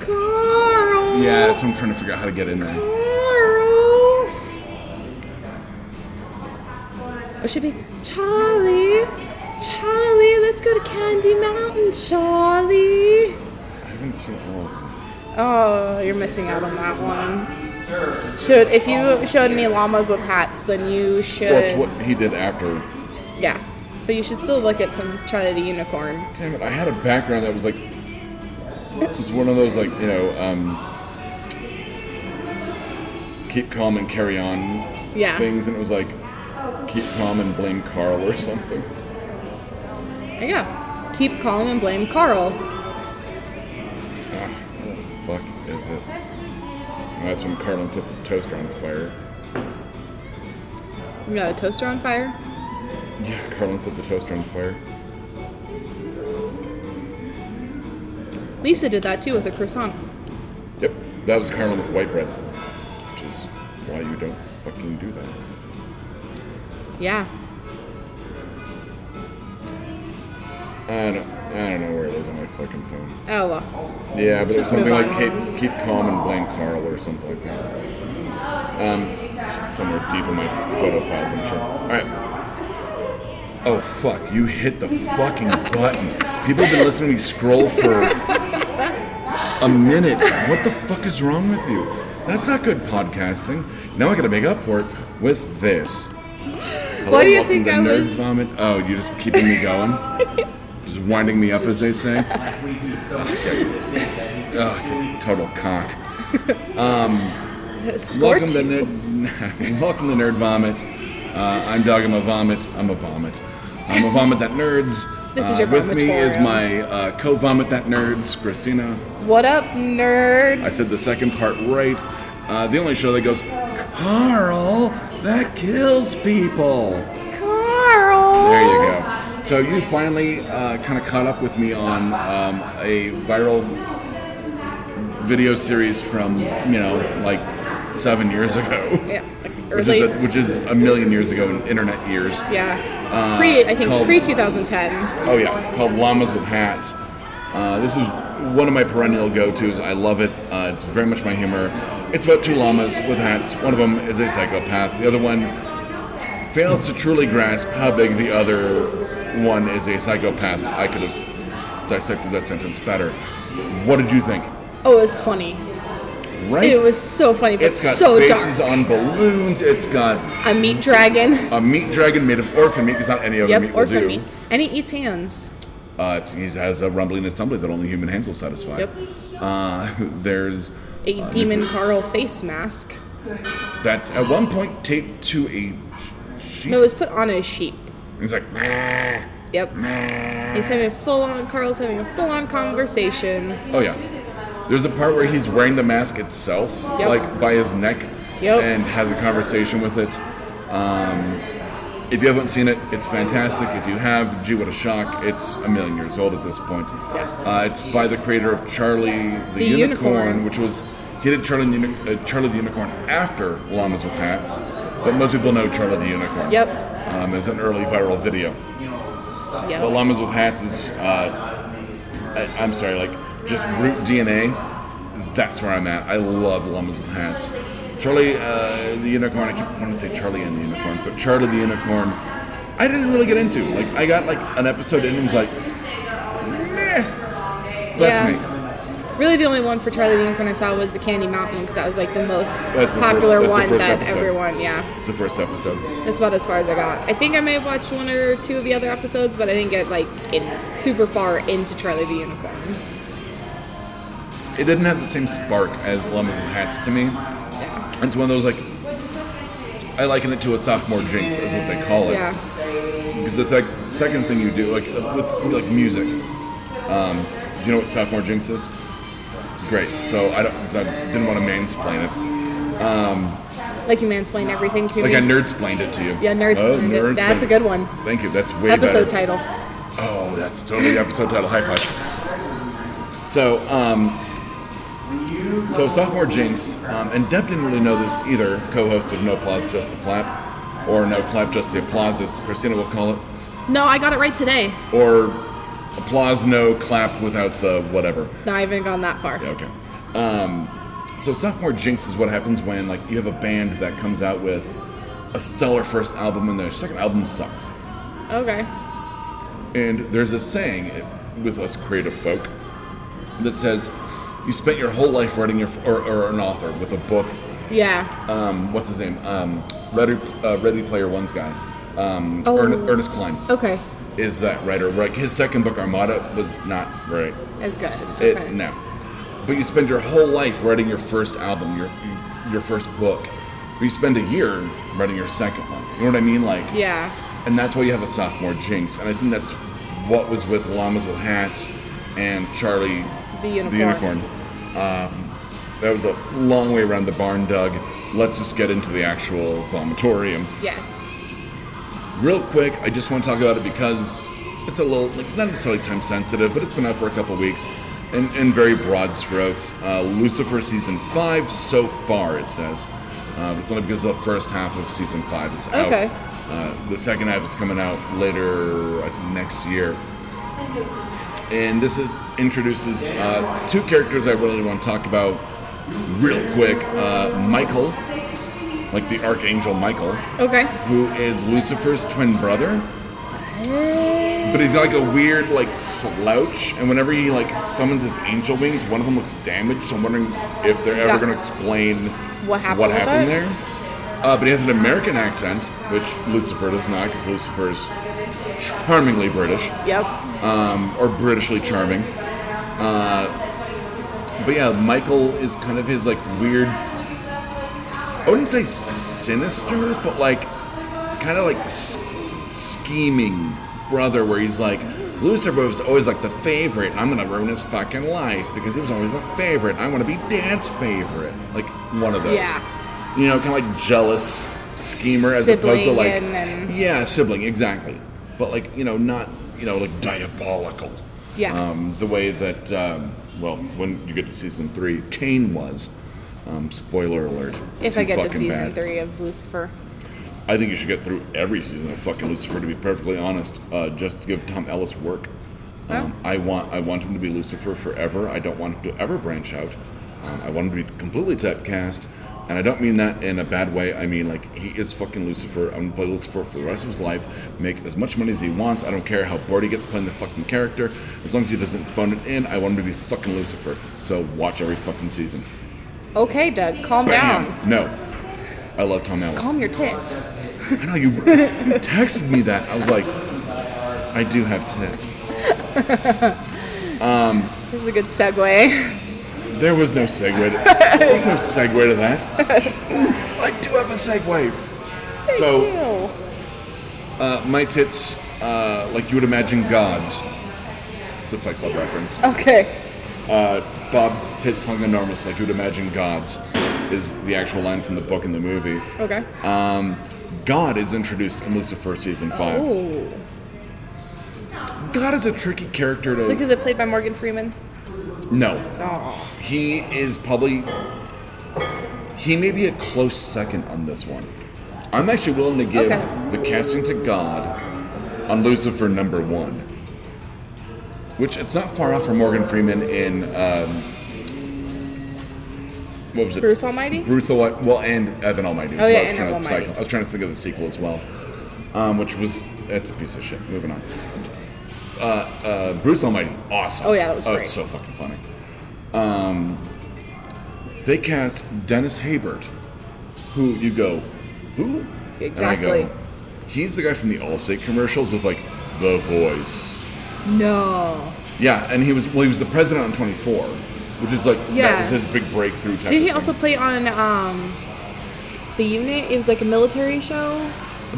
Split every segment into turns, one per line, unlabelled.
Carl.
Yeah, that's what I'm trying to figure out how to get in there.
Carl. It should be Charlie. Charlie, let's go to Candy Mountain, Charlie.
I haven't seen all of them.
Oh, you're missing out on that one. Should if you showed me llamas with hats, then you should.
Well, it's what he did after.
Yeah, but you should still look at some Charlie the Unicorn.
Damn it, I had a background that was like. It was one of those, like, you know, um. Keep calm and carry on
Yeah.
things, and it was like, keep calm and blame Carl or something.
There you go. Keep calm and blame Carl.
Ah, what the fuck is it? Oh, that's when Carlin set the toaster on fire.
You got a toaster on fire?
Yeah, Carlin set the toaster on fire.
Lisa did that too with a croissant.
Yep, that was Carlin with white bread, which is why you don't fucking do that.
Yeah.
I don't, I don't know where it is on my fucking phone.
Oh well.
Yeah, but it's
Just
something
move
like
on.
keep, keep calm and blame Carl or something like that. Um, somewhere deep in my photo files, I'm sure. All right. Oh fuck! You hit the fucking button. People have been listening to me scroll for a minute. What the fuck is wrong with you? That's not good podcasting. Now I gotta make up for it with this. Hello,
Why do you
welcome
think
to
I
Nerd
was-
Vomit. Oh, you're just keeping me going, just winding me up, as they say. Ugh, total cock.
Score
welcome
two.
to nerd. welcome to Nerd Vomit. Uh, I'm Doug. I'm a vomit. I'm a vomit. I'm a vomit that nerds.
This is
Uh,
your
with me is
vomitorium.
my uh, co-vomit that nerds, Christina.
what up, nerd?
I said the second part right. Uh, the only show that goes, Carl, that kills people.
Carl.
There you go. So you finally uh, kind of caught up with me on um, a viral video series from you know like seven years ago,
Yeah. Like
which
early.
is a, which is a million years ago in internet years.
yeah.
Uh,
pre, I think
called-
pre 2010.
Oh yeah, called Llamas with Hats. Uh, this is one of my perennial go-tos. I love it. Uh, it's very much my humor. It's about two llamas with hats. One of them is a psychopath. The other one fails to truly grasp how big the other one is a psychopath. I could have dissected that sentence better. What did you think?
Oh, it was funny.
Right?
It was so funny, but
It's got
so
faces
dark.
on balloons. It's got
A meat dragon.
a meat dragon made of orphan meat because not any other meat
Yep,
will
orphan
do.
meat. And he eats hands.
Uh, it's- he has a rumbling in his tumbler that only human hands will satisfy.
Yep.
Uh, there's
A demon Carl face mask.
that's at one point taped to a sh- sheep.
No, it was put on a sheep.
It's like
Yep. He's having a full on, Carl's having a full on conversation.
oh yeah. There's a part where he's wearing the mask itself,
Yep.
like by his neck,
Yep.
and has a conversation with it. Um, if you haven't seen it, it's fantastic. If you have, gee, what a shock! It's a million years old at this point.
Yeah.
Uh, it's by the creator of Charlie the,
The
Unicorn,
Unicorn.
which was he did Charlie the, Uni- uh, Charlie the Unicorn after Llamas with Hats, but most people know Charlie the Unicorn.
Yep.
Um, as an early viral video. But
Yep.
Llamas with Hats is, uh, I, I'm sorry, like just root DNA. That's where I'm at. I love Llamas with Hats. Charlie uh, the Unicorn, I keep wanting to say Charlie and the Unicorn, but Charlie the Unicorn, I didn't really get into. Like, I got like an episode in and was like, meh. That's
Yeah.
me.
Really, the only one for Charlie the Unicorn I saw was the Candy Mountain because that was like the most
That's the first-
popular
that's the
one
first
that
episode.
everyone, yeah.
It's the first episode.
That's about as far as I got. I think I may have watched one or two of the other episodes, but I didn't get like in super far into Charlie the Unicorn.
It didn't have the same spark as Llamas with Hats to me.
Yeah.
It's one of those like, I liken it to a sophomore jinx, is what they call it.
Yeah.
Because the sec- second thing you do, like uh, with like music, um, do you know what sophomore jinx is? Great. So I don't. 'cause I didn't want to mansplain it.
Like you mansplained everything to
Like
me.
I nerdsplained it to you.
yeah, nerds.
Oh,
it. That's
nerdsplained.
a good one.
Thank you. That's way
Episode
better.
title.
Oh, that's totally the episode title. High five. So, um, so sophomore jinx, um, and Deb didn't really know this either. Co-host of No Applause, Just the Clap, or No Clap, Just the Applause, as Christina will call it.
No, I got it right today.
or applause no clap without the whatever
No, I haven't gone that far.
yeah okay Um, So sophomore jinx is what happens when like you have a band that comes out with a stellar first album and their second album sucks.
Okay.
And there's a saying with us creative folk that says, "You spent your whole life writing your or, or an author with a book.
Yeah.
Um, what's his name? Um, Ready, uh, Ready Player One's guy, um, Ern-
Oh.
Ernest Klein,
Okay.
is that writer. Like his second book, Armada, was not right.
That's good.
It,
Okay.
No, but you spend your whole life writing your first album, your your first book. But you spend a year writing your second one. You know what I mean? Like,
Yeah.
and that's why you have a sophomore jinx. And I think that's what was with Llamas with Hats and Charlie
The unicorn.
Um, that was a long way around the barn, Doug. Let's just get into the actual vomitorium.
Yes.
Real quick, I just want to talk about it because it's a little, like, not necessarily time sensitive, but it's been out for a couple weeks. In, in very broad strokes, uh, Lucifer season five so far, it says. Uh, it's only because the first half of season five is out.
Okay.
Uh, the second half is coming out later, I think next year. And this is introduces uh, two characters I really want to talk about real quick. Uh, Michael, like the Archangel Michael
Okay.
who is Lucifer's twin brother,
Eh,
but he's like a weird like slouch. And whenever he like summons his angel wings, one of them looks damaged. So I'm wondering if they're ever
Yeah.
going to explain
What happened
what
with
happened
it?
there. Uh, but he has an American accent, which Lucifer does not, because Lucifer is charmingly British
Yep.
um, or Britishly charming. Uh, but yeah, Michael is kind of his like weird. I wouldn't say sinister, but like kind of like s- scheming brother, where he's like Lucifer was always like the favorite. and I'm gonna ruin his fucking life because he was always the favorite. I want to be Dad's favorite, like one of those.
Yeah.
You know, kind of like jealous schemer as opposed to
Sibling
like
and- and-
yeah, sibling, exactly. But like you know, not you know like diabolical.
Yeah.
Um, the way that um, well, when you get to season three, Kane was. Um, spoiler alert.
If
Too
I get to
fucking
season
bad.
three of Lucifer.
I think you should get through every season of fucking Lucifer. To be perfectly honest, uh, just to give Tom Ellis work. Um, I want I want him to be Lucifer forever. I don't want him to ever branch out. Um, I want him to be completely typecast, and I don't mean that in a bad way. I mean like he is fucking Lucifer. I'm gonna play Lucifer for the rest of his life. Make as much money as he wants. I don't care how bored he gets playing the fucking character. As long as he doesn't phone it in, I want him to be fucking Lucifer. So watch every fucking season.
Okay, Doug, calm down.
Bam. No, I love Tom Ellis.
Calm your tits.
I know you, you texted me that. I was like, I do have tits.
This is a good segue.
There was no segue. To, there was no segue to that. Ooh, I do have a segue. So
Ew.
uh, my tits, uh, like you would imagine, gods. It's a Fight Club reference.
Okay.
Uh, Bob's tits hung enormous, like you would imagine, gods, is the actual line from the book and the movie.
Okay.
Um, God is introduced in Lucifer season five.
Ooh.
God is a tricky character to.
It's like, is it played by Morgan Freeman?
no,
Oh.
He is probably he may be a close second on this one. I'm actually willing to give
Okay.
the casting to God on Lucifer number one, which it's not far off from Morgan Freeman in um, what was it?
Bruce Almighty?
Bruce Almighty. Well, and Evan Almighty. is
Oh,
what
yeah,
I was
and
trying
Evan
to
Almighty.
cycle- I was trying to think of the sequel as well, um, which was that's a piece of shit. Moving on. Uh, uh, Bruce Almighty, awesome.
Oh, yeah, that was
Oh,
great.
it's so fucking funny. Um, they cast Dennis Haybert, who you go, who?
Exactly.
And I go, he's the guy from the Allstate commercials with like the voice.
No.
Yeah, and he was well, he was the president on 24, which is like that
Yeah.
was his big breakthrough. Type
Did
of
he
thing.
also play on um the unit? It was like a military show.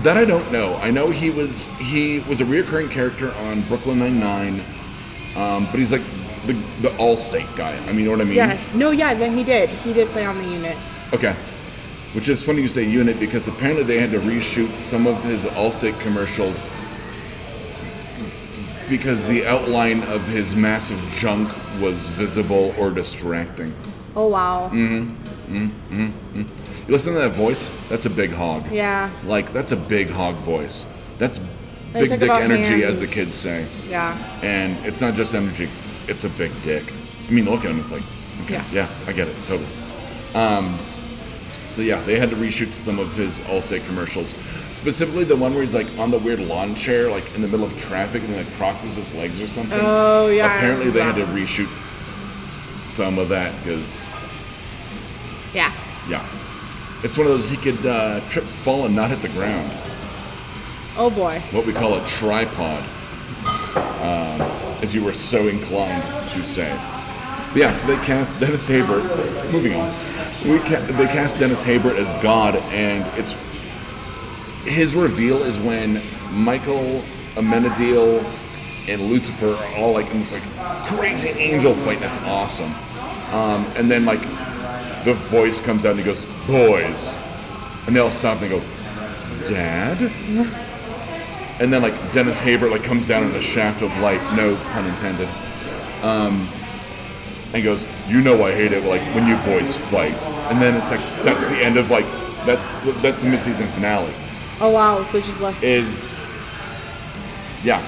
That I don't know. I know he was he was a reoccurring character on Brooklyn Nine Nine, um, but he's like the the Allstate guy. I mean, you know what I mean?
Yeah. No, yeah, then he did. He did play on the unit.
Okay. Which is funny you say unit because apparently they had to reshoot some of his Allstate commercials because the outline of his massive junk was visible or distracting.
Oh wow.
You listen to that voice? That's a big hog.
Yeah.
Like that's a big hog voice. That's
They
big
talk
dick
about
energy, as the
hands.
kids say.
Yeah.
and it's not just energy; it's a big dick. I mean, look at him; it's like Okay.
Yeah.
Yeah, I get it totally. Um, so yeah, they had to reshoot some of his Allstate commercials, specifically the one where he's like on the weird lawn chair, like in the middle of traffic, and then like, crosses his legs or something.
Oh, yeah, I
Apparently, they had to
remember
reshoot s- some of that because
Yeah.
yeah, it's one of those he could uh, trip, fall, and not hit the ground.
Oh boy.
What we call a tripod, um, if you were so inclined to say. Yeah, so they cast Dennis Haybert. Moving on, we ca- they cast Dennis Haybert as God, and it's his reveal is when Michael, Amenadiel, and Lucifer are all like in this like crazy angel fight. That's awesome. Um, and then like the voice comes out and he goes, "Boys," and they all stop and they go, "Dad." And then like Dennis Haber like comes down in a shaft of light, no pun intended, um, and goes, "You know I hate it like when you boys fight." And then it's like that's the end of like that's the, that's the mid-season finale
Oh wow. So she's left.
is yeah,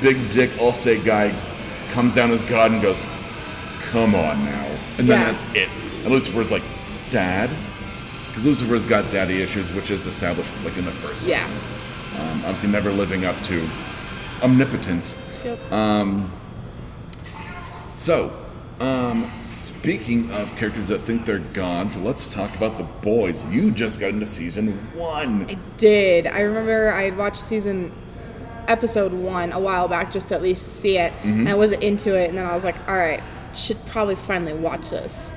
big dick Allstate guy comes down as God and goes, "Come on now," and then
Yeah.
that's it. And Lucifer's like, "Dad," because Lucifer's got daddy issues, which is established like in the first
Yeah.
season. Um, obviously, never living up to omnipotence.
Yep.
So, um, speaking of characters that think they're gods, let's talk about the boys. You just got into season one.
I did. I remember I had watched season episode one a while back just to at least see it,
Mm-hmm.
and I wasn't into it, and then I was like, all right, should probably finally watch this.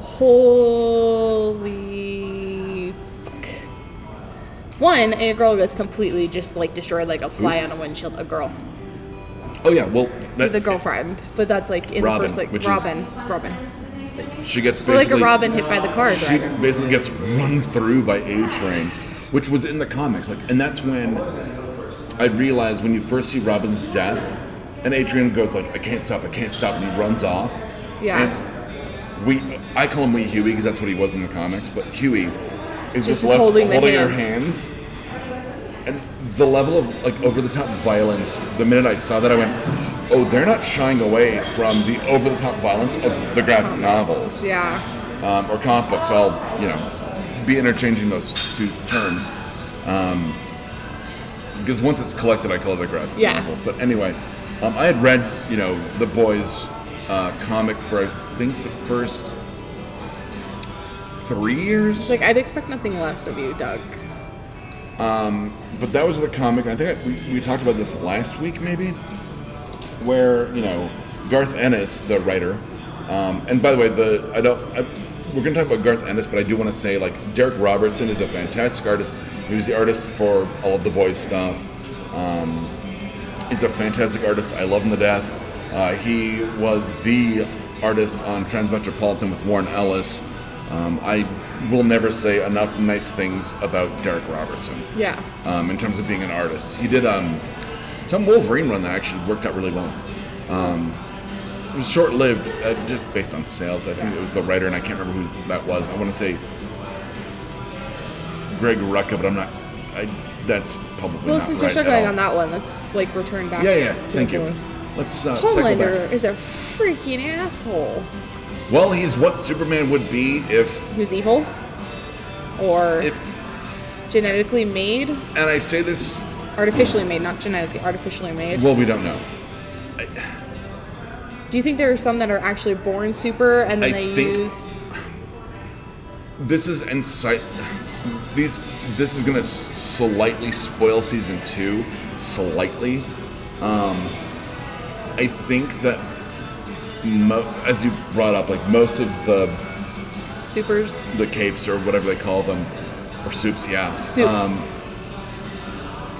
Holy fuck. One, a girl gets completely just like destroyed like a fly
Who?
on a windshield, a girl.
Oh yeah, well that,
the girlfriend, but that's like in
Robin,
the first like
which is-
Robin. Robin.
she gets
But like a
basically-
Robin hit by the car
She
driver.
basically gets run through by A Train, which was in the comics. Like, and that's when I realized when you first see Robin's death, and Adrian goes like, "I can't stop, I can't stop," and he runs off.
Yeah.
And we, I call him Wee Huey because that's what he was in the comics. But Huey is just,
just
left
holding
holding,
the
her hands. And the level of like over the top violence. The minute I saw that, I went, "Oh, they're not shying away from the over the top violence of the graphic novels."
Yeah.
um, or comic books. I'll you know be interchanging those two terms um, because once it's collected, I call it a graphic
Yeah.
novel. But anyway, um, I had read you know the boys uh, comic for I think the first three years,
Like I'd expect nothing less of you, Doug.
but that was the comic. And I think I, we, we talked about this last week, maybe, where you know Garth Ennis, the writer, um, and by the way, the I don't. I, we're going to talk about Garth Ennis, but I do want to say like Derek Robertson is a fantastic artist. He was the artist for all of the boys stuff. Um, he's a fantastic artist. I love him to death. Uh, he was the artist on Transmetropolitan with Warren Ellis. Um, I will never say enough nice things about Derek Robertson
Yeah.
um, in terms of being an artist. He did um, some Wolverine run that actually worked out really well. Um, it was short lived, uh, just based on sales. I think it was the writer, and I can't remember who that was. I want to say Greg Rucka, but I'm not. I, that's probably
Well,
not
since
right
you're struggling
at
on that one, let's like return back.
all. Yeah, yeah.
to the
Thank you.
boys.
Let's uh, cycle back.
Homelander is a freaking asshole.
Well, he's what Superman would be if
Who's evil, or
if.
genetically made,
And I say this
artificially made, not genetically, artificially made.
well, we don't know.
Do you think there are some that are actually born super and then
I
they
think-
use?
this is insight these this is gonna s- slightly spoil season two slightly um i think that mo- as you brought up like most of the
Supers.
the capes or whatever they call them or soups yeah Um,
Soups.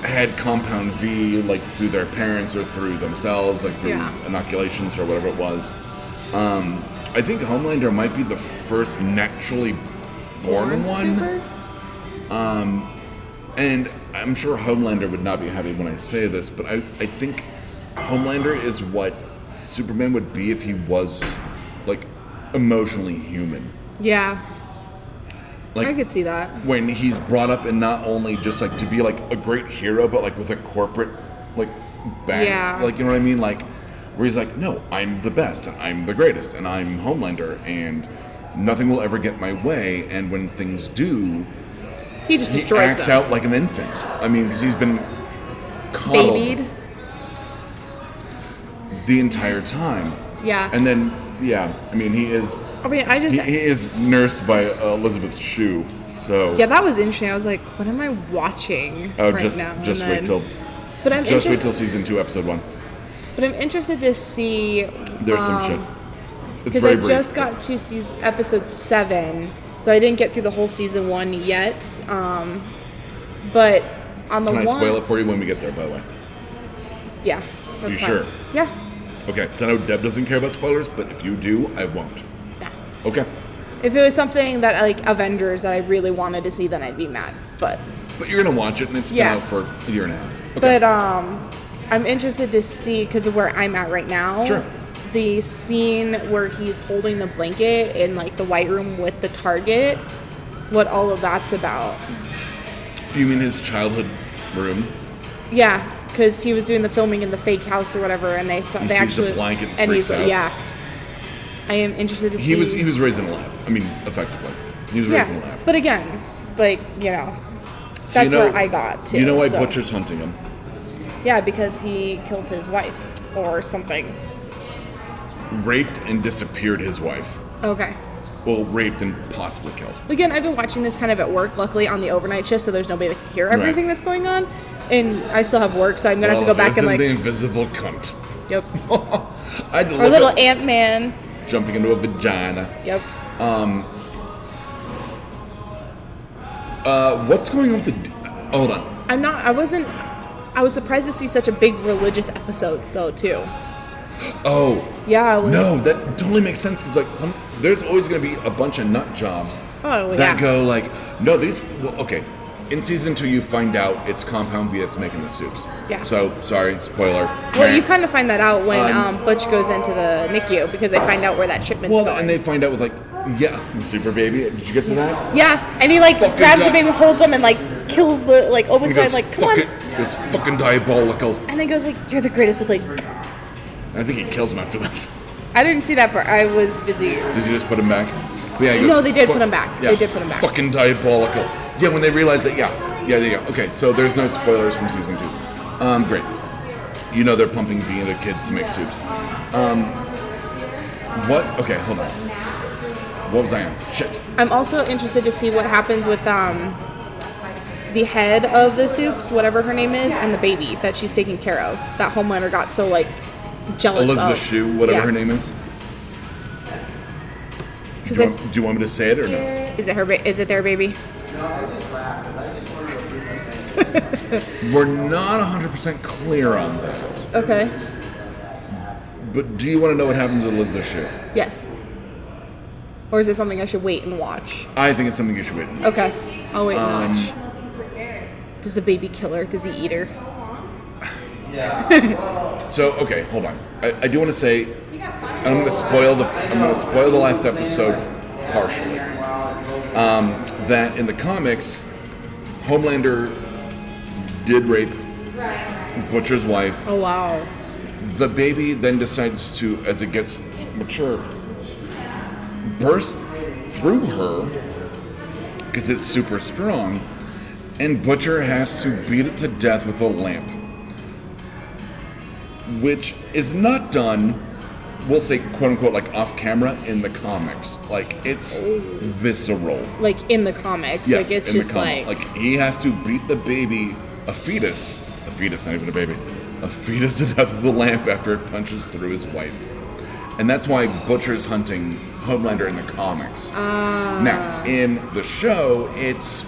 had compound v like through their parents or through themselves like through
Yeah.
inoculations or whatever it was um i think homelander might be the first naturally born, one
super.
And I'm sure Homelander would not be happy when I say this, but I, I think Homelander is what Superman would be if he was like emotionally human.
Yeah,
Like
I could see that.
when he's brought up and not only just like to be like a great hero, but like with a corporate like back,
Yeah.
like you know what I mean? Like where he's like, no, I'm the best, and I'm the greatest, and I'm Homelander, and nothing will ever get my way. And when things do,
He just
he
destroys
acts
them.
out like an infant. I mean, because he's been coddled
Babied.
the entire time.
Yeah.
And then, yeah, I mean, he is
I mean, I just.
he, he is nursed by uh, Elizabeth Shue. So
yeah, that was interesting. I was like, what am I watching
oh,
right
just
now? And
just wait
then-
till
But I'm
just wait
interested.
till season two, episode one.
but I'm interested to see.
There's
um,
some shit. It's
Because
very
I
brief.
just got to season episode seven, so I didn't get through the whole season one yet. Um, but on the
Can I
one,
spoil it for you when we get there? By the way,
yeah, that's
You
fine.
sure?
Yeah,
okay. Because I know Deb doesn't care about spoilers, but if you do, I won't.
yeah.
Okay.
If it was something that like Avengers that I really wanted to see, then I'd be mad. But
But you're gonna watch it, and it's
Yeah.
been out for a year and a half. Okay.
but um, I'm interested to see because of where I'm at right now.
Sure.
The scene where he's holding the blanket in like the white room with the target, what all of that's about.
you mean his childhood room?
Yeah, because he was doing the filming in the fake house or whatever, and they saw
He
they
sees the
actually
blanket and
and
freaks
he's like,
out.
yeah. I am interested to see.
He was he was raised in a lab. I mean, effectively, he was
yeah,
raised in a lab.
but again, like you know, that's
So you know-
where I got to.
You know why
so.
Butcher's hunting him?
Yeah, because he killed his wife or something.
Raped and disappeared his wife.
Okay.
Well, raped and possibly killed.
Again, I've been watching this kind of at work, luckily on the overnight shift, so there's nobody that can hear everything that's going on. And I still have work, so I'm gonna have to
Well,
go
if it
back and
isn't
like,
the invisible cunt.
yep,
I'd
or
look
little
up
Ant Man,
jumping into a vagina.
yep.
Uh, what's going on with the? Hold on.
I'm not. I wasn't. I was surprised to see such a big religious episode, though. Too.
Oh
Yeah. I was,
no, that totally makes sense because like some there's always going to be a bunch of nut jobs
Oh,
that
yeah.
go like no these well, okay in season two you find out it's Compound B that's making the soups.
Yeah.
So sorry, spoiler.
Well, you kind of find that out when
Um,
um, Butch goes into the NICU because they find out where that shipment's
Well,
going.
and they find out with like yeah, the super baby. Did you get to that?
yeah, and he like
Fucking
grabs
die-
the baby, holds him, and like kills the like
He
opens his eyes,
goes,
like come
fuck
on,
it, this fucking diabolical.
and then goes like you're the greatest. With like
I think he kills him after that.
I didn't see that part. I was busy.
Did you just put him back? Yeah. he
No,
goes,
they did
"Fuck-
put him back. They did put him back."
Fucking diabolical. Yeah, when they realized that. Yeah, yeah, there you go. Okay, so there's no spoilers from season two. Um, great. You know they're pumping V into kids to make soups. Um, what? Okay, hold on. What was I on? Shit.
I'm also interested to see what happens with um the head of the soups, whatever her name is, and the baby that she's taking care of. That Homelander got so like jealous
Elizabeth
of.
Shue, whatever her name is. Do
Because
you, want, do you want me to say it or no?
is it her? Ba- is it their baby?
We're not 100% clear on that.
Okay.
But do you want to know what happens with Elizabeth Shue?
Yes. Or is it something I should wait and watch?
I think it's something you should wait. and watch.
Okay, I'll wait
Um,
and watch. Does the baby kill her? Does he eat her?
So okay, hold on. I, I do want to say, and I'm going to spoil the I'm going to spoil the last episode partially. Um, that in the comics, Homelander did rape Butcher's wife.
Oh wow.
The baby then decides to, as it gets mature, burst through her because it's super strong, and Butcher has to beat it to death with a lamp which is not done, we'll say quote unquote, like off camera in the comics. Like it's visceral.
Like in the comics.
Yes,
like it's
in
just
the comic.
like,
he has to beat the baby, a fetus, a fetus, not even a baby, a fetus to death with a lamp after it punches through his wife. And that's why Butcher's hunting Homelander in the comics.
Ah.
now, in the show, it's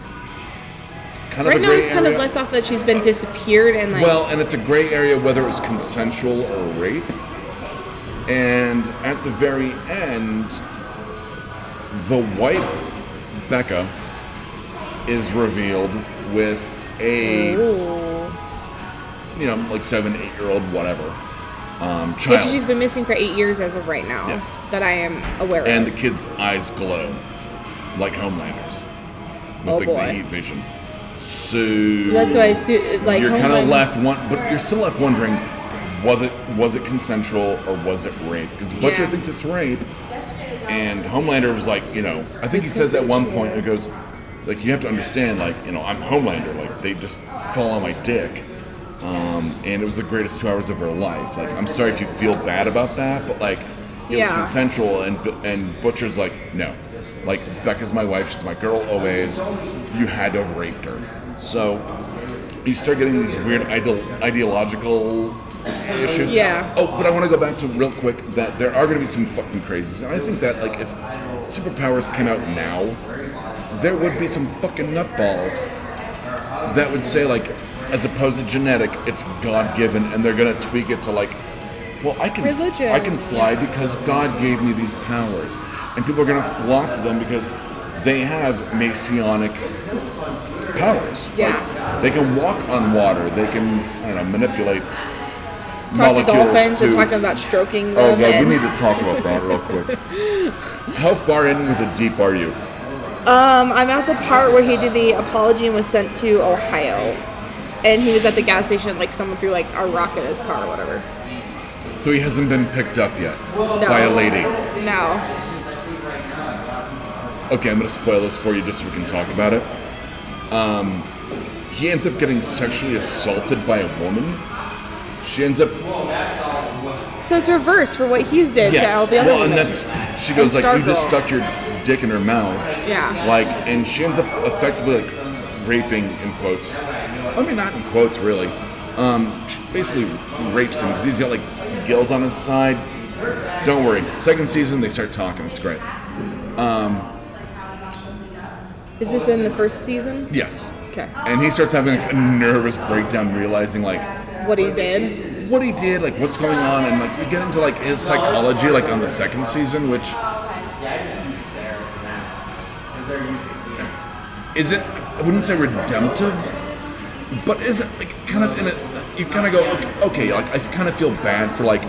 kind of
right
a
now
gray
it's kind
area.
of left off that she's been disappeared and like
Well, and it's a gray area whether it was consensual or rape. And at the very end, the wife, Becca, is revealed with a,
Ooh.
you know, like seven, eight year old, whatever, um,
Which
child.
she's been missing for eight years as of right now.
Yes.
That I am aware
and the
of.
kid's eyes glow like Homelanders with
Oh,
the, the
boy.
heat vision. So,
that's why I su- like
you're kind of
Homelander-
left one, but you're still left wondering was it was it consensual or was it rape? Because Butcher
Yeah.
thinks it's rape, and Homelander was like, you know, I think he
It's
says at one
consensual.
point he goes, like you have to understand, like you know, I'm Homelander, like they just fall on my dick, um, and it was the greatest two hours of her life. Like I'm sorry if you feel bad about that, but like it was
Yeah.
consensual, and Bu- and Butcher's like, no, like Becca's my wife, she's my girl always. You had to have raped her, so you start getting these weird idol- ideological issues.
Yeah.
Oh, but I want to go back to real quick that there are going to be some fucking crazies, and I think that like if superpowers came out now, there would be some fucking nutballs that would say like, as opposed to genetic, it's God given, and they're going to tweak it to like, well, I can
Religion.
I can fly because God gave me these powers, and people are going to flock to them because they have messianic powers.
Yeah.
Like, they can walk on water. They can, I don't know, manipulate
Talk to
molecules
dolphins and
to-
talking about stroking
Oh
them.
god,
and
we need to talk about that real quick. How far in with the deep are you?
um, I'm at the part where he did the apology and was sent to Ohio. And he was at the gas station, like someone threw like a rock in his car or whatever.
So he hasn't been picked up yet by a lady.
No.
Okay, I'm gonna spoil this for you just so we can talk about it. Um, he ends up getting sexually assaulted by a woman. She ends up
So it's reverse for what he's did to all
Yes.
the other
Well, and
women.
that's she goes
And
like, you just
Stargirl.
stuck your dick in her mouth.
Yeah.
Like, and she ends up effectively like raping in quotes. I mean, not in quotes, really. Um, she basically rapes him because he's got like gills on his side. Don't worry. Second season, they start talking. It's great.
Is this in the first season?
Yes.
Okay.
And he starts having like, a nervous breakdown, realizing like
What he did?
what he did, like what's going on, and like we get into like his psychology, like on the second season, which is it I wouldn't say redemptive, but is it like kind of in a you kind of go okay, okay, like I kind of feel bad for like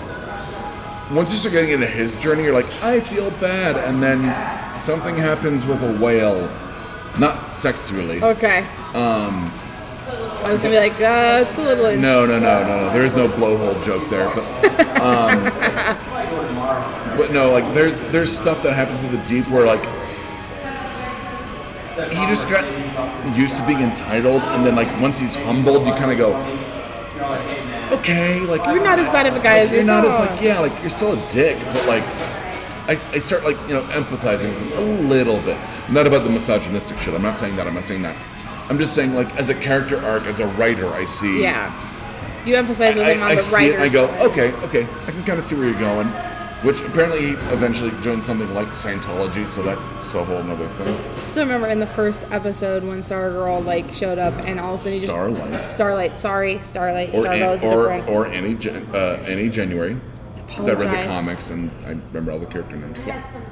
once you start getting into his journey, you're like I feel bad, and then something happens with a whale, not sexually.
Okay. Um. I was gonna be like, uh, it's a little. Ins-
No, no, no, no, no. There is no blowhole joke there, but. Um, but no, like there's there's stuff that happens to the deep where like he just got used to being entitled, and then like once he's humbled, you kind of go, okay, like
You're not as bad of a guy as
you're
we
not as
thought.
like yeah, like you're still a dick, but like I, I start like you know empathizing with him a little bit. Not about the misogynistic shit. I'm not saying that. I'm not saying that. I'm just saying like as a character arc, as a writer, I see
Yeah. You emphasize with
I,
him on
I
the
see it and I
writers.
go, okay, okay, I can kind of see where you're going. Which apparently he eventually joined something like Scientology, so that's a whole another thing.
Still remember in the first episode when Stargirl like showed up and all of a sudden he just
Starlight.
Starlight, sorry, Starlight,
Or
Stargirl is
an- or,
different.
or any Jan- uh, any January, because I read the
Apologize.
comics and I remember all the character names.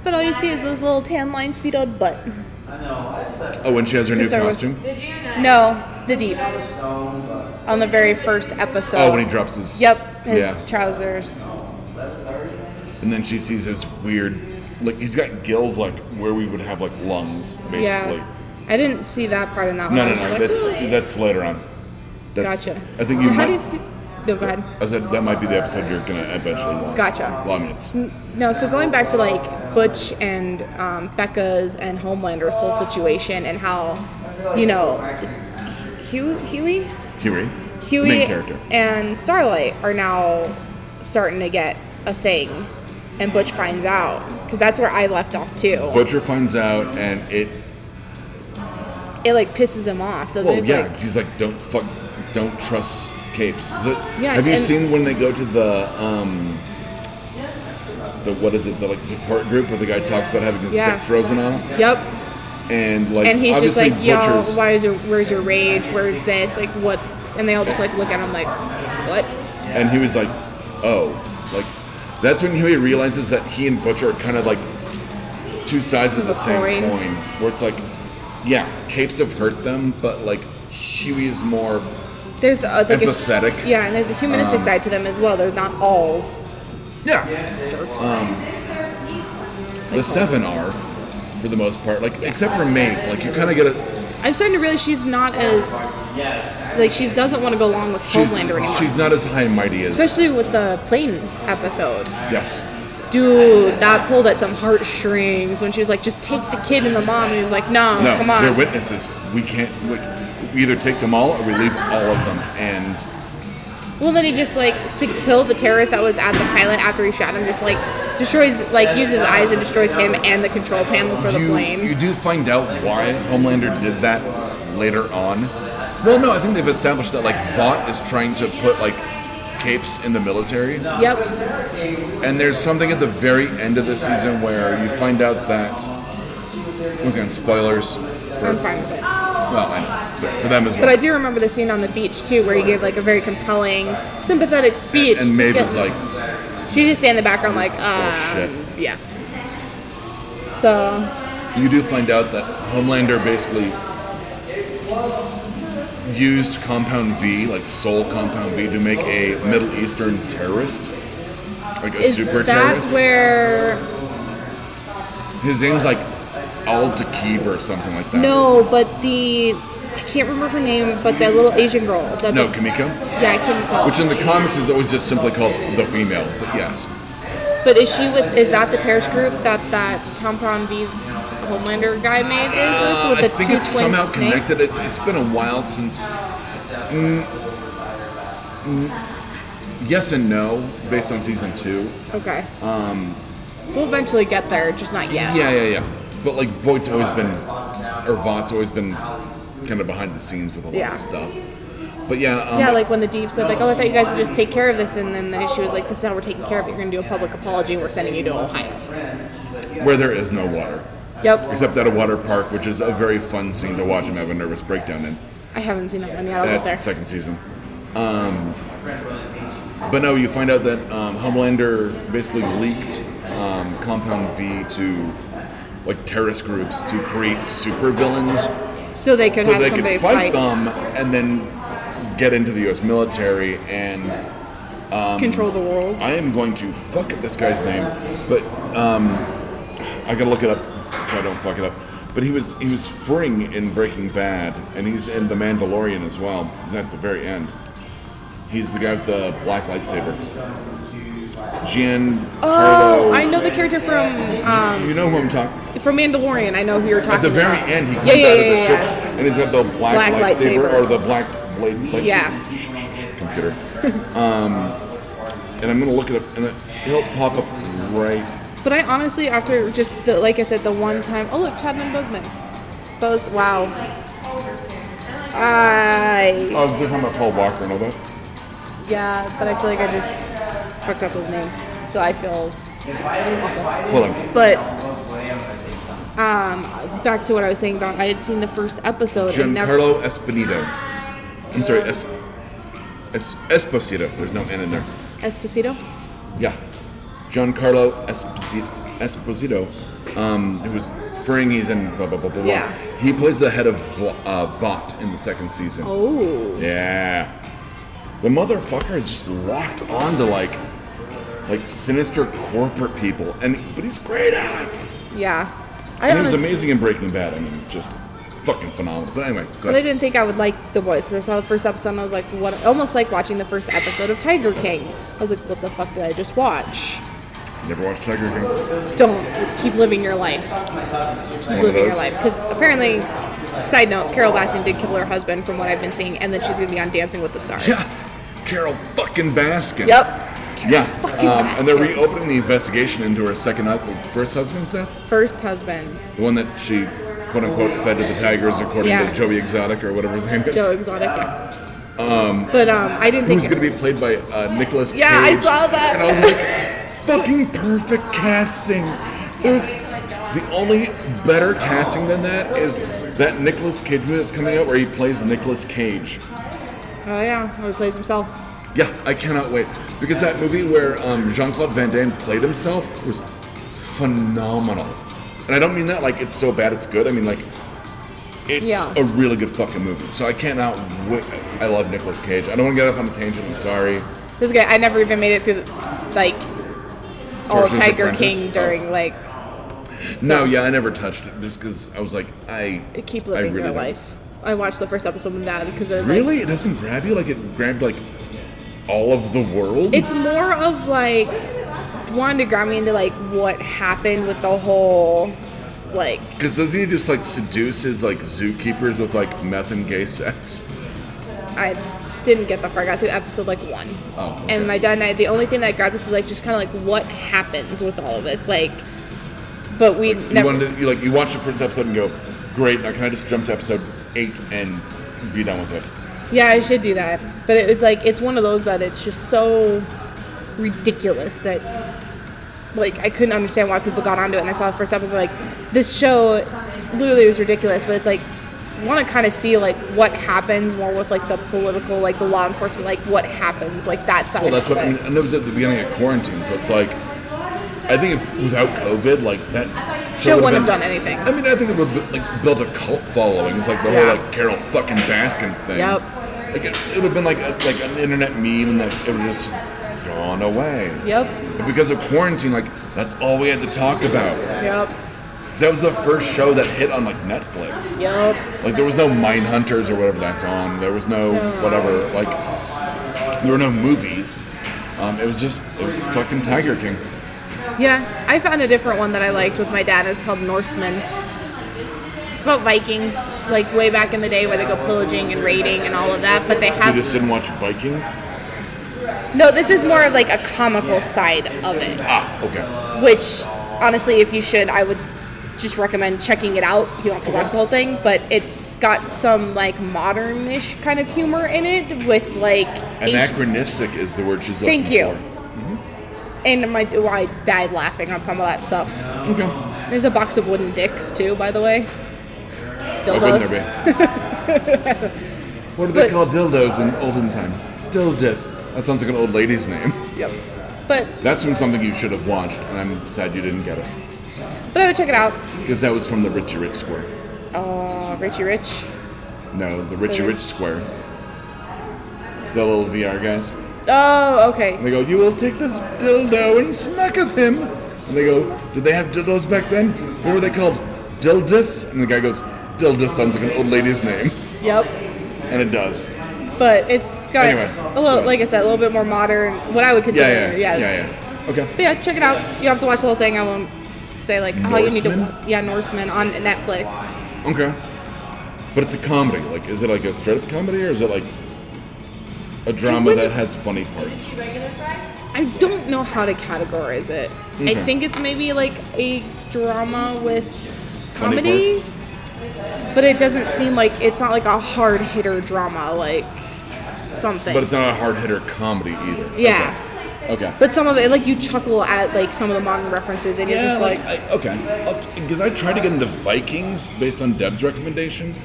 but all you see is those little tan line speedoed butt.
Oh, and she has her
To
new
start with-
costume.
No, the deep. On the very first episode.
Oh, when he drops his.
Yep, his
yeah,
trousers.
and then she sees his weird, like he's got gills like where we would have like lungs, basically.
Yeah. I didn't see that part in that
No,
one.
no,
I was like,
no. That's
"Ooh."
that's later on. That's,
Gotcha.
I think you
How
might.
do you feel? No, go ahead.
I said that might be the episode you're gonna eventually watch.
Gotcha.
Well, I mean, it's
No, so going back to like Butch and um, Becca's and Homelander's whole situation and how, you know, is Hue- Huey,
Huey,
Huey,
main character.
and Starlight are now starting to get a thing, and Butch finds out because that's where I left off too.
Butcher finds out, and it.
it like pisses him off, doesn't
Well,
it? It's
yeah,
like-
'cause he's like, don't fuck, don't trust capes. Is it,
Yeah,
have you
and-
seen when they go to the um, the what is it? The like support group where the guy talks about having his
Yeah.
dick frozen off,
yep.
and like
and he's just
obviously
like, "Yo,
Butcher's.
why is your where's your rage? Where's this? Like what?" And they all just like look at him like, "What?"
And he was like, oh, like that's when Huey realizes that he and Butcher are kind of like two sides of the
The
same coin.
coin.
where it's like, yeah, capes have hurt them, but like Huey is more.
There's a, like
Empathetic. Um,
A, yeah, and there's a humanistic side to them as well. They're not all.
Yeah. Um, the seven are, for the most part, like except for Maeve. Like you kind of get a
I'm starting to realize she's not as like she doesn't want to go along with
She's,
Homelander anymore.
she's not as high and mighty as.
Especially with the plane episode.
yes.
Dude, that pulled at some heartstrings when she was like, just take the kid and the mom. And he's like, no,
No,
Oh, come on.
they're witnesses. We can't. We, we either take them all or we leave all of them. And
Well, then he just like to kill the terrorist that was at the pilot after he shot him. Just like destroys, like uses eyes and destroys him and the control panel for the
you
plane.
you do find out why Homelander did that later on. Well, no, I think they've established that like Vought is trying to put like capes in the military,
yep.
and there's something at the very end of the season where you find out that once again spoilers.
I'm fine with it.
Well, I know, but for them as well.
But I do remember the scene on the beach too, where he gave like a very compelling, sympathetic speech.
and
to
Maeve
get-
is like, "Oh,
she's just standing in the background, like, uh,
shit.
yeah. So
you do find out that Homelander basically used Compound V, like Soul Compound V, to make a Middle Eastern terrorist, like a
is
super
that
terrorist.
where?
His name's like Al Takib or something like that.
No, but the I can't remember her name, but that little Asian girl. That
No,
the-
Kamiko,
yeah, I couldn't call.
which in the comics is always just simply called the female. But yes,
But is she with? Is that the terrorist group that that Compound V Homelander guy made is with? With
Uh, I
Oh, the
think
two
it's
twin
somehow connected.
snakes?
It's it's been a while since. Mm, mm, yes and no, based on season two.
okay. Um. So we'll eventually get there, just not yet.
Yeah, yeah, yeah. But like Voight's always been, or Vought's always been kind of behind the scenes with a lot
Yeah.
of stuff. But yeah, um,
Yeah, like when the deep said, like, oh, I thought you guys would just take care of this, and then the, she was like, this is how we're taking care of it. You're going to do a public apology, and we're sending you to Ohio.
where there is no water,
Yep.
except at a water park, which is a very fun scene to watch him have a nervous breakdown in.
I haven't seen that one yet. I'll get
That's
there.
the second season. Um, but no, you find out that um, Homelander basically leaked um, Compound V to like terrorist groups to create supervillains
so they could
so
have
they
somebody
could fight, them and then get into the U.S. military. And
control the world.
I am going to fuck at this guy's name, but um, I gotta look it up so I don't fuck it up. But he was he was Fring in Breaking Bad, and he's in The Mandalorian as well. He's at the very end. He's the guy with the black lightsaber. Giancarlo.
Oh, I know the character from um,
You know who I'm talking.
from Mandalorian. I know who you're talking
At the very
about.
end, he comes
yeah, yeah,
out
yeah,
of the
yeah,
ship,
yeah.
and he's got the black,
Black
lightsaber,
lightsaber.
or the black blade. blade
Yeah.
Shh, shh, shh, computer. um, and I'm gonna look it up, and it- he'll pop up right.
But I honestly, after just the, like I said, the one time. Oh look, Chadman Boseman. Bose. Wow. I.
Oh, they're talking about Paul Walker and all that.
Yeah, but I feel like I just fucked up his name, so I feel
Hold on.
But um, back to what I was saying about I had seen the first episode and never.
Giancarlo Esposito. I'm sorry, es, es, Esposito. There's no N in there.
Esposito.
Yeah. Giancarlo Esposito, Esposito um, who was Ferengi's and blah, blah, blah, blah, blah.
Yeah.
He plays the head of Vla- uh, Vought in the second season.
Oh,
Yeah. The motherfucker is just locked on to like like sinister corporate people and but he's great at it.
yeah. I
And he was
honest-
amazing in Breaking Bad. I mean, just fucking phenomenal. But anyway, go
But I
ahead.
didn't think I would like the voice. I saw the first episode and I was like, what? Almost like watching the first episode of Tiger King. I was like, what the fuck did I just watch?
Never watched Tiger King.
Don't keep living your life. Keep
One of
living your
those.
life. Because apparently, side note, Carol Baskin did kill her husband from what I've been seeing, and then she's gonna be on Dancing with the Stars.
Yeah. Carol fucking Baskin.
Yep.
Yeah.
fucking
Um, and they're
Baskin.
reopening the investigation into her second husband, first husband's death.
First husband,
The one that she quote unquote fed to the tigers according
Yeah.
to Joey Exotic or whatever his name is.
Joe Exotic. Yeah. Um, but um, I didn't think.
Who's going to be played by uh, Nicholas
Yeah, I
Cage.
saw that.
And I was like, fucking perfect casting. There's the only better casting than that is that Nicholas Cage movie that's coming out where he plays Nicholas Cage.
Oh yeah, where he plays himself.
Yeah, I cannot wait because that movie where um, Jean Claude Van Damme played himself was phenomenal, and I don't mean that like it's so bad it's good. I mean like it's
Yeah.
a really good fucking movie. So I cannot wait. I love Nicolas Cage. I don't want to get off on a tangent. I'm sorry.
This guy, I never even made it through, the, like, all of
Sorcerer's
Oh, Tiger
Apprentice? Oh.
King during like
no, yeah, I never touched it just because I was like, I
I keep
I
living
really
your
don't-
life. I watched the first episode of that because I was like,
Really, it doesn't grab you like it grabbed like all of the world.
it's more of like wanting to grab me into like what happened with the whole like
because doesn't he just like seduce his like zookeepers with like meth and gay sex?
I didn't get that far. I got through episode like one.
Oh, okay.
And my dad and I, the only thing that grabbed us is like just kind of like what happens with all of this, like. But we
You
never.
wanted to, you like you watch the first episode and go, great. Now can I just jump to episode eight and be done with it?
yeah, I should do that. But it was like it's one of those that it's just so ridiculous that like I couldn't understand why people got onto it. And I saw the first episode like this show literally was ridiculous, but it's like want to kind of see like what happens more with like the political like the law enforcement like what happens like that side
Well, that's
of
what I,
it.
mean, and that was at the beginning of quarantine, so it's like I think if without COVID, like that
show
would've
wouldn't have
been-
done anything
I mean, I think it would like built a cult following with like the
Yeah.
whole like Carol fucking Baskin thing.
Yep.
Like it, it would have been like a, like an internet meme, and that it would have just gone away.
yep
But because of quarantine, like that's all we had to talk about.
yep
'Cause that was the first show that hit on like Netflix.
Yep.
Like there was no Mine Hunters or whatever that's on. There was no whatever. Like there were no movies. Um, it was just it was fucking Tiger King.
Yeah, I found a different one that I liked with my dad. It's called Norseman. It's about Vikings, like way back in the day, where they go pillaging and raiding and all of that. But they
So you
have
just didn't watch Vikings.
no. This is more of like a comical side of it,
Ah, okay.
which honestly, if you should, I would just recommend checking it out. You don't have to watch the whole thing, but it's got some like modern-ish kind of humor in it with like ancient-
Anachronistic is the word she's
Thank
looking
you. And my well, I died laughing on some of that stuff.
for. Okay.
There's a box of wooden dicks too, by the way.
Why wouldn't
Dildos.
there be? what did they
But-
call dildos in olden time? Dildith. That sounds like an old lady's name.
Yep. But
That's from something you should have watched, and I'm sad you didn't get it
but I would check it out.
because that was from the Richie Rich Square.
Oh, Richie Rich.
No, the Richie
Mhm.
Rich Square. The little VR guys.
Oh, okay.
And they go, You will take this dildo and smacketh him. And they go, Did they have dildos back then? What were they called? Dildiths? And the guy goes, Dildith sounds like an old lady's name.
Yep.
And it does.
But it's got
Anyway.
a little, like I said, a little bit more modern. What I would consider,
Yeah, yeah. Yeah, yeah. Okay.
But yeah, check it out. You don't have to watch the whole thing. I won't say like how you need to.
Norseman?
Yeah, Norseman on Netflix.
Okay. But it's a comedy. Like, is it like a straight up comedy or is it like a drama that has funny parts?
I don't know how to categorize it. I
Okay.
think it's maybe like a drama with
Funny
comedy,
parts?
but it doesn't seem like it's not like a hard hitter drama like something.
But it's not a hard hitter comedy either.
Yeah.
Okay. okay.
But some of it, like you chuckle at like some of the modern references, and you're
Yeah,
just like,
I, okay. Because I tried to get into Vikings based on Deb's recommendation,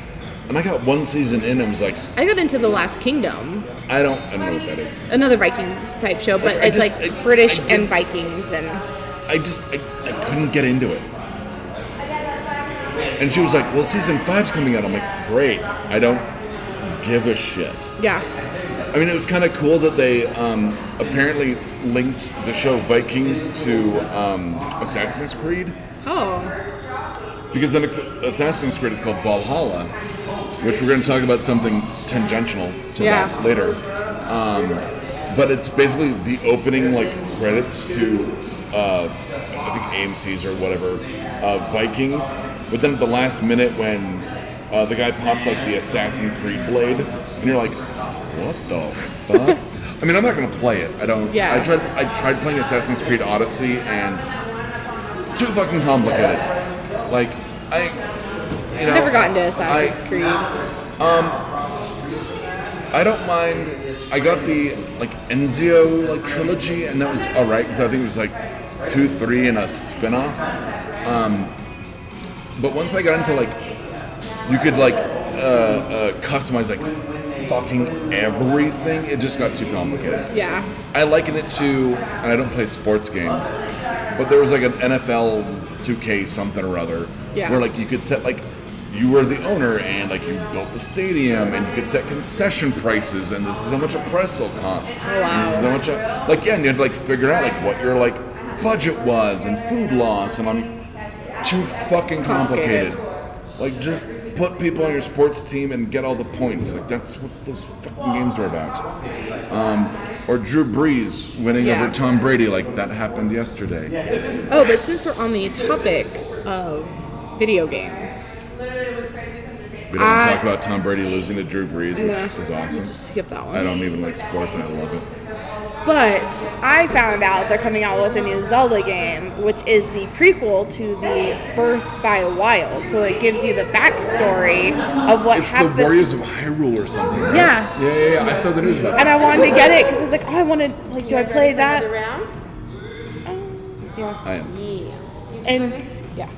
and I got one season in and was like,
I got into the Last Kingdom,
I don't, I don't know what that is.
another Vikings type show, but
I
it's
just-
like
I-
British
I did-
and Vikings, and
I just, I, I couldn't get into it. And she was like, Well, season five's coming out. I'm like, Great. I don't give a shit.
yeah,
I mean, it was kind of cool that they um, apparently linked the show Vikings to um, Assassin's Creed.
oh,
Because then Ass- Assassin's Creed is called Valhalla, which we're going to talk about something tangential to
Yeah.
that later. Um, but it's basically the opening like credits to uh, I think AMC's or whatever uh, Vikings. But then at the last minute, when uh, the guy pops like the Assassin Creed blade, and you're like, "What the fuck?" I mean, I'm not going to play it. I don't.
Yeah.
I tried. I tried playing Assassin's Creed Odyssey and too fucking complicated. Like I, you know,
never got into Assassin's
I,
Creed.
I don't mind. I got the like Enzio like trilogy, and that was all right because I think it was like two, three, and a spin-off. Um, but once I got into like, you could like uh, uh, customize like fucking everything. It just got too complicated.
Yeah,
I liken it to, and I don't play sports games, but there was like an NFL 2K something or other,
Yeah.
where like you could set like you were the owner and like you built the stadium and you could set concession prices and this is how much a press will cost.
Oh, wow.
and This is how much a, like yeah, and you had to like figure out like what your like budget was and food loss and I'm too fucking complicated. Like, just put people on your sports team and get all the points. Like, that's what those fucking games are about. Um, or Drew Brees winning
Yeah.
over Tom Brady, like that happened yesterday.
Oh, but since we're on the topic of video games,
We don't
I-
talk about Tom Brady losing to Drew Brees,
I'm
which
gonna
is awesome.
just skip that
I
one.
don't even like sports, and I love it.
But I found out they're coming out with a new Zelda game, which is the prequel to the Birth by Wild. So it gives you the backstory of what
It's
happened.
the Warriors of Hyrule or something. Right?
Yeah.
yeah, yeah, yeah. I saw the news about
and
that.
I wanted to get it because I was like, oh, I wanted like, do I play that?
Another round?
Um, yeah.
I am.
Yeah. You two play?
and yeah,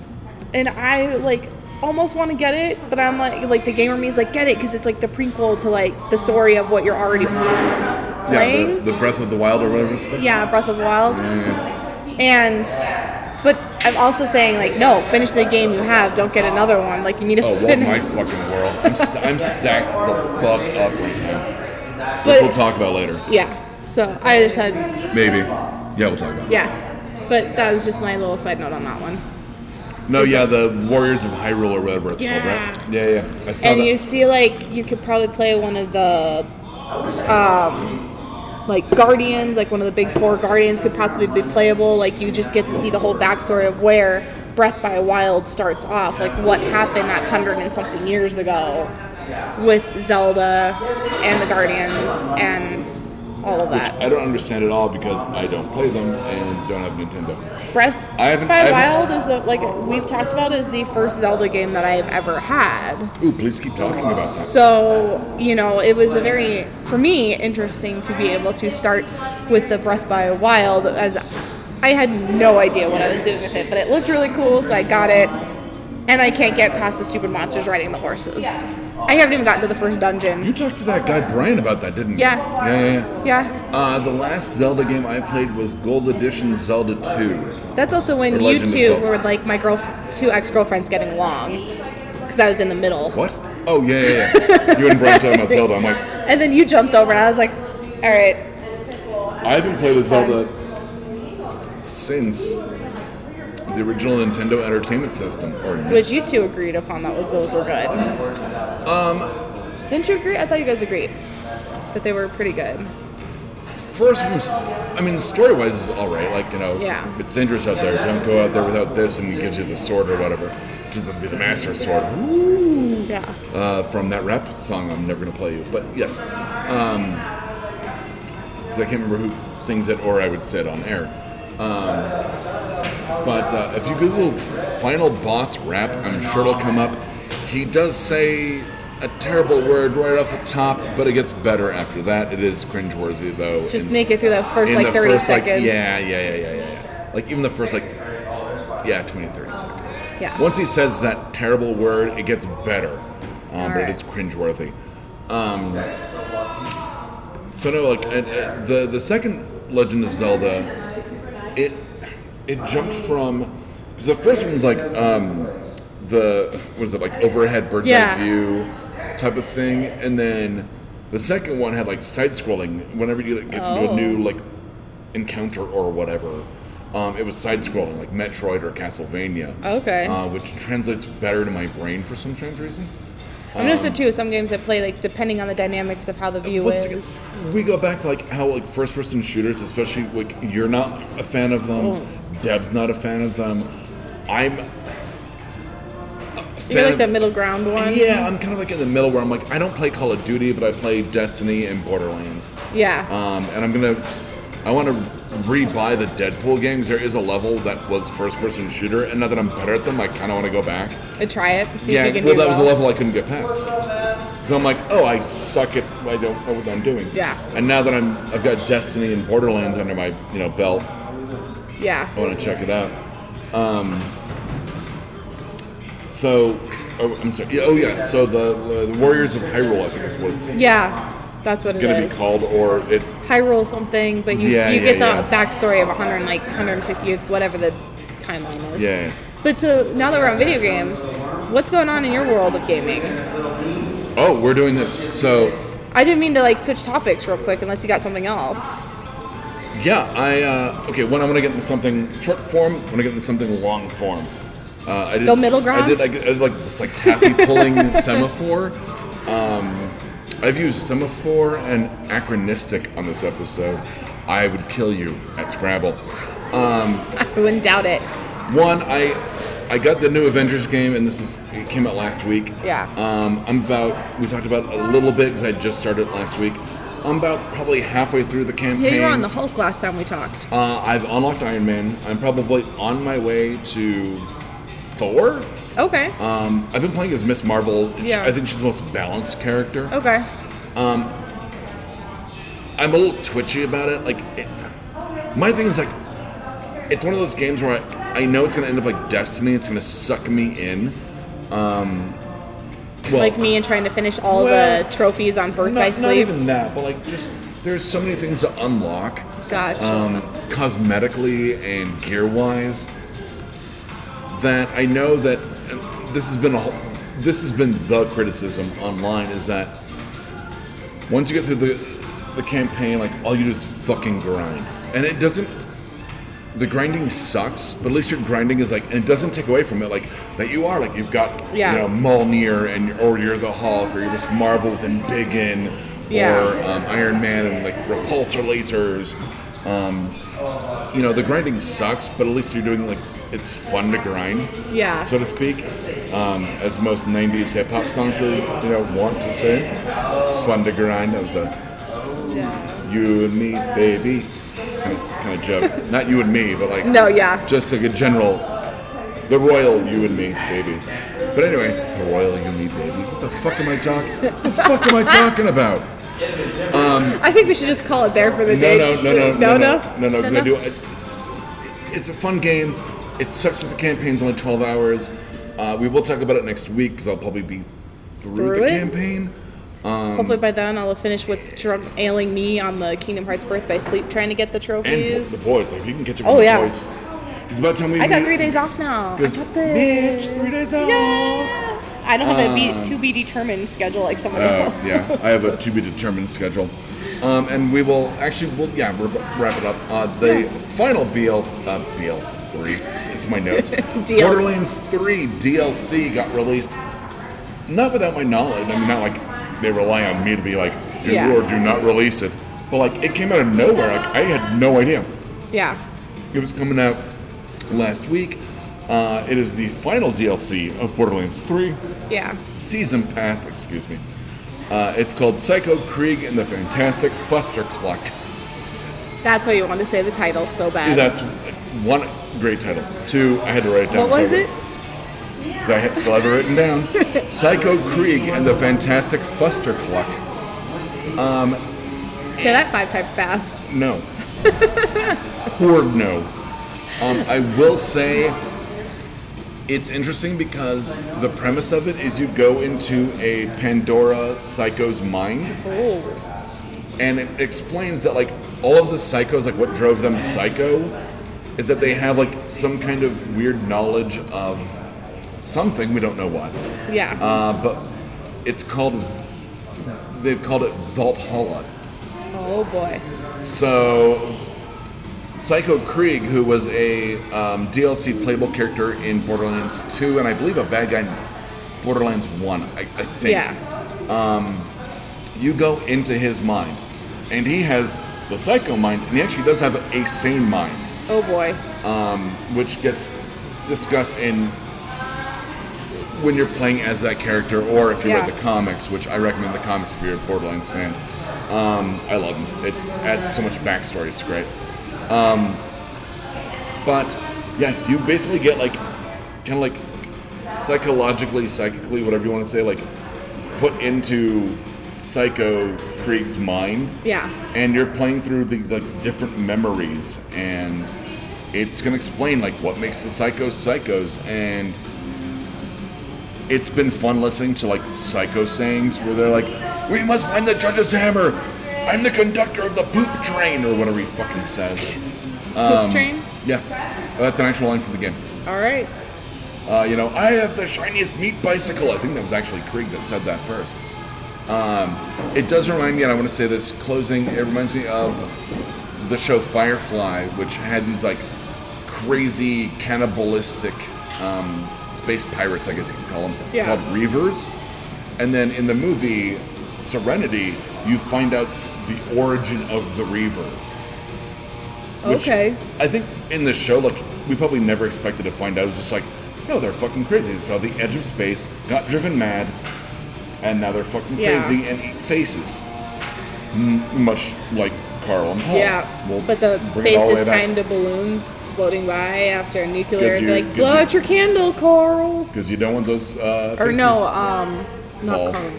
and I like almost want to get it, but I'm like, like the gamer me is like, get it because it's like the prequel to like the story of what you're already
Yeah,
playing.
the, the Breath of the Wild or whatever it's called.
Yeah, Breath of the Wild,
Yeah, yeah.
and but I'm also saying like, no, finish the game you have. Don't get another one. Like you need to
Oh, what my
finish.
fucking world. I'm, st- I'm stacked the fuck up right now. Which
But-
we'll talk about later.
yeah. So I just had
Maybe. Yeah, we'll talk about it.
yeah. But that was just my little side note on that one.
No, yeah, the Warriors of Hyrule or whatever it's called,
Yeah.
right? Yeah, yeah. I saw
and
that.
you see like you could probably play one of the um like guardians like one of the big four guardians could possibly be playable like you just get to see the whole backstory of where breath by wild starts off like what happened that hundred and something years ago with zelda and the guardians and all of that
I don't understand it all because I don't play them and don't have Nintendo.
breath
uh, I haven't- I
by
haven't-
wild is the like we've talked about is the first zelda game that i've ever had
Ooh, please keep talking about that.
So, you know, it was a very, for me, interesting to be able to start with the Breath by Wild as I had no idea what I was doing with it, but it looked really cool, so I got it. And I can't get past the stupid monsters riding the horses. I haven't even gotten to the first
You
dungeon.
talked to that guy Brian about that, didn't you?
Yeah.
Yeah, yeah, yeah.
Yeah.
Uh, the last Zelda game I played was Gold Edition Zelda 2.
That's also when
Or
you
Legend of
two
Zelda.
were like my girl, two ex girlfriends getting along. Because I was in the middle.
What? Oh, yeah, yeah, yeah. you and Brian talking about Zelda. I'm like,
And then you jumped over, and I was like, all right,
I haven't played a Zelda since the original Nintendo Entertainment System. Or E
which
NES.
you two agreed upon that was those were good. Um, didn't you agree? I thought you guys agreed that they were pretty good.
First one was, I mean, story wise is all right. Like you know,
Yeah.
it's dangerous out there. Don't go out there without this, and it gives you the sword or whatever, which is gonna be the master sword
Yeah,
uh, from that rap song. I'm never gonna play you, but yes, because I can't remember who sings it, or I would say it on air. Um, but uh, if you Google "final boss rap," I'm sure it'll come up. He does say a terrible word right off the top, but it gets better after that. It is cringeworthy though.
just
and-
make it through the first like thirty seconds.
like yeah, yeah, yeah, yeah, yeah, yeah. Like even the first like yeah, 20 30 seconds.
Yeah.
Once he says that terrible word, it gets better. Um, but
Alright.
it is cringeworthy. Um So no, like and, uh, the the second Legend of Zelda it it jumped from cuz the first one was like um the what is it like overhead bird's
Yeah.
eye view type of thing and then the second one had like side scrolling whenever you like, get into
Oh.
a new like encounter or whatever. Um, it was side scrolling, like Metroid or Castlevania.
Okay.
Uh, which translates better to my brain for some strange reason.
I've noticed it too. Some games that play like depending on the dynamics of how the view
Once again,
is.
we go back to like how like first person shooters, especially like you're not a fan of them.
Mm.
Deb's not a fan of them. I'm. a
You're
fan
like
of-
the middle ground one.
Yeah, I'm kind of like in the middle where I'm like I don't play Call of Duty, but I play Destiny and Borderlands.
Yeah.
Um, and I'm gonna, I want to rebuy the Deadpool games. There is a level that was first-person shooter, and now that I'm better at them, I kind of want to go back.
And try it. and See
yeah,
if you can
well,
do
that was a
well.
level I couldn't get past. So I'm like, oh, I suck at, I don't know what I'm doing.
Yeah.
And now that I'm, I've got Destiny and Borderlands under my, you know, belt. I
Yeah.
want to check it out. Um, so, oh, I'm sorry. Yeah, oh yeah. So the the Warriors of Hyrule, I think is what it's
Yeah. That's what it is.
gonna be called, or it's
Hyrule something, but you,
Yeah,
you
yeah,
get the
yeah.
backstory of 100 like 150 years, whatever the timeline is.
Yeah.
But so now that we're on video games, what's going on in your world of gaming?
oh, we're doing this. So
I didn't mean to like switch topics real quick, unless you got something else.
Yeah, I uh, okay. When I want to get into something short form, I want to get into something long form. Uh, I did,
Go middle
I
ground?
did, I did, I did, like this like taffy pulling semaphore. Um, I've used semaphore and acronistic on this episode. I would kill you at Scrabble.
I wouldn't doubt it.
One, I I got the new Avengers game, and this is it came out last week.
Yeah.
Um, I'm about we talked about a little bit because I just started it last week. I'm about probably halfway through the campaign.
Yeah, you were on the Hulk last time we talked.
Uh, I've unlocked Iron Man. I'm probably on my way to Thor.
Okay.
Um, I've been playing as Miss Marvel. She-
Yeah. Oh.
I think she's the most balanced character.
Okay.
I'm a little twitchy about it. Like, it, my thing is like, it's one of those games where I, I know it's gonna end up like Destiny. It's gonna suck me in. Um, well,
Like me and trying to finish all
Well,
the trophies on
not,
birth by
not
sleep.
even that, but like just there's so many things to unlock.
Gotcha.
Um, cosmetically and gear wise, that I know that and this has been a whole, this has been the criticism online is that once you get through the the campaign, like all you do is fucking grind, and it doesn't. The grinding sucks, but at least your grinding is like, and it doesn't take away from it, like that you are like you've got
Yeah.
you know Mjolnir and or you're the Hulk or you're Miss Marvel with Embiggen
Yeah.
or um, Iron Man and like repulsor lasers. Um, you know the grinding sucks, but at least you're doing like it's fun to grind
Yeah.
so to speak, um, as most 90s hip hop songs really, you know, want to say. It's fun to grind. That was a
Yeah.
you and me, baby, kind of, kind of joke. Not you and me, but like,
No, yeah.
just like a general, the royal you and me, baby. But anyway, the royal you and me, baby. What the fuck am I talking? What the fuck am I talking about?
I think we should just call it there for the
No,
day.
no, no, no,
no,
no, no, no, no. I do. I, it's a fun game. It sucks that the campaign's only 12 hours. Uh, we will talk about it next week because I'll probably be through,
Through
the
it?
campaign.
Hopefully by then I'll have finished what's drug ailing me on the Kingdom Hearts Birth by Sleep, trying to get the
And po-
trophies.
the boys, like you can catch up
Oh,
with
yeah.
the boys. Because by the time we
I got
meet-
three days off now. I
'cause,
got the.
bitch, three days off.
Yeah. I don't have a be, to be determined schedule like someone
Uh,
else.
yeah, I have a to be determined schedule. Um, and we will actually, we'll, yeah, we'll wrap it up. Uh, the final BL, uh, BL3, it's, it's my notes.
DL.
Borderlands 3 DLC got released, not without my knowledge. I mean, not like they rely on me to be like, do
Yeah.
or do not release it. But like, it came out of nowhere. Like, I had no idea.
Yeah.
It was coming out last week. Uh, it is the final DLC of Borderlands 3
Yeah.
season pass, excuse me. Uh, it's called Psycho Krieg and the Fantastic Fustercluck.
That's why you want to say the title so bad.
That's one great title. Two, I had to write it down.
what was it?
Because I had- still have it written down. Psycho Krieg and the Fantastic Fustercluck.
Say that five times fast.
No. Horde no. Um, I will say it's interesting because the premise of it is you go into a Pandora psycho's mind.
Oh.
and it explains that like all of the psychos like what drove them psycho is that they have like some kind of weird knowledge of something we don't know what
Yeah.
uh, but it's called they've called it Valhalla
oh boy.
so Psycho Krieg who was a um, DLC playable character in Borderlands 2 and I believe a bad guy in Borderlands 1 I, I think
Yeah.
you go into his mind, and he has the psycho mind, and he actually does have a sane mind,
Oh boy.
um, which gets discussed in when you're playing as that character, or if you
Yeah.
read the comics, which I recommend the comics if you're a Borderlands fan. Um, I love them. It adds so much backstory. It's great. Um, But yeah, you basically get like kind of like psychologically, psychically, whatever you want to say, like put into Psycho Krieg's mind.
Yeah.
And you're playing through these like different memories and it's gonna explain like what makes the psychos psychos and it's been fun listening to like psycho sayings where they're like, We must find the judge's hammer! I'm the conductor of the poop train or whatever he fucking says. Um,
Poop train.
Yeah, that's an actual line from the game.
All right.
Uh, you know, I have the shiniest meat bicycle. I think that was actually Krieg that said that first. Um, it does remind me, and I want to say this closing. It reminds me of the show Firefly, which had these like crazy cannibalistic um, space pirates, I guess you could call them,
Yeah.
called Reavers. And then in the movie Serenity, you find out the origin of the Reavers. which
okay.
I think in the show, like, we probably never expected to find out. It was just like, no, they're fucking crazy. They saw the edge of space, got driven mad, and now they're fucking
Yeah.
crazy and eat faces. M- much like Carl and Paul.
Yeah,
Oh, We'll
but the
bring it all
faces
way back.
timed to balloons floating by after a nuclear,
Gives
and
you-
like
gives
blow
you-
out your candle, Carl.
Because you don't want those uh,
Or
faces.
no, um, not
Paul.
Carl,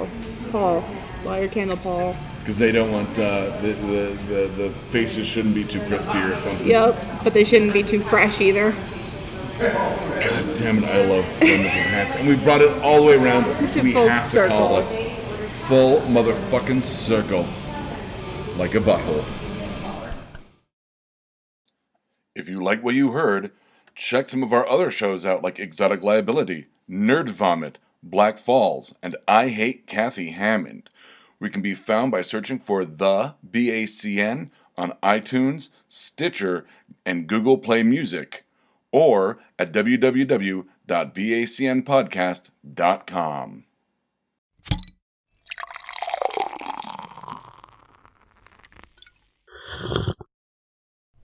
Paul. Blow out your candle, Paul.
Because they don't want uh, the, the, the the faces shouldn't be too crispy or something.
Yep, but they shouldn't be too fresh either.
God damn it, I love women's with hats, and we brought it all the way around.
should
we
full
have to call
circle.
it full motherfucking circle, like a butthole. If you like what you heard, check some of our other shows out, like Exotic Liability, Nerd Vomit, Black Falls, and I Hate Kathy Hammond. We can be found by searching for the BACN on iTunes, Stitcher, and Google Play Music, or at www.bacnpodcast.com.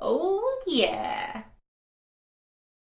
Oh, yeah.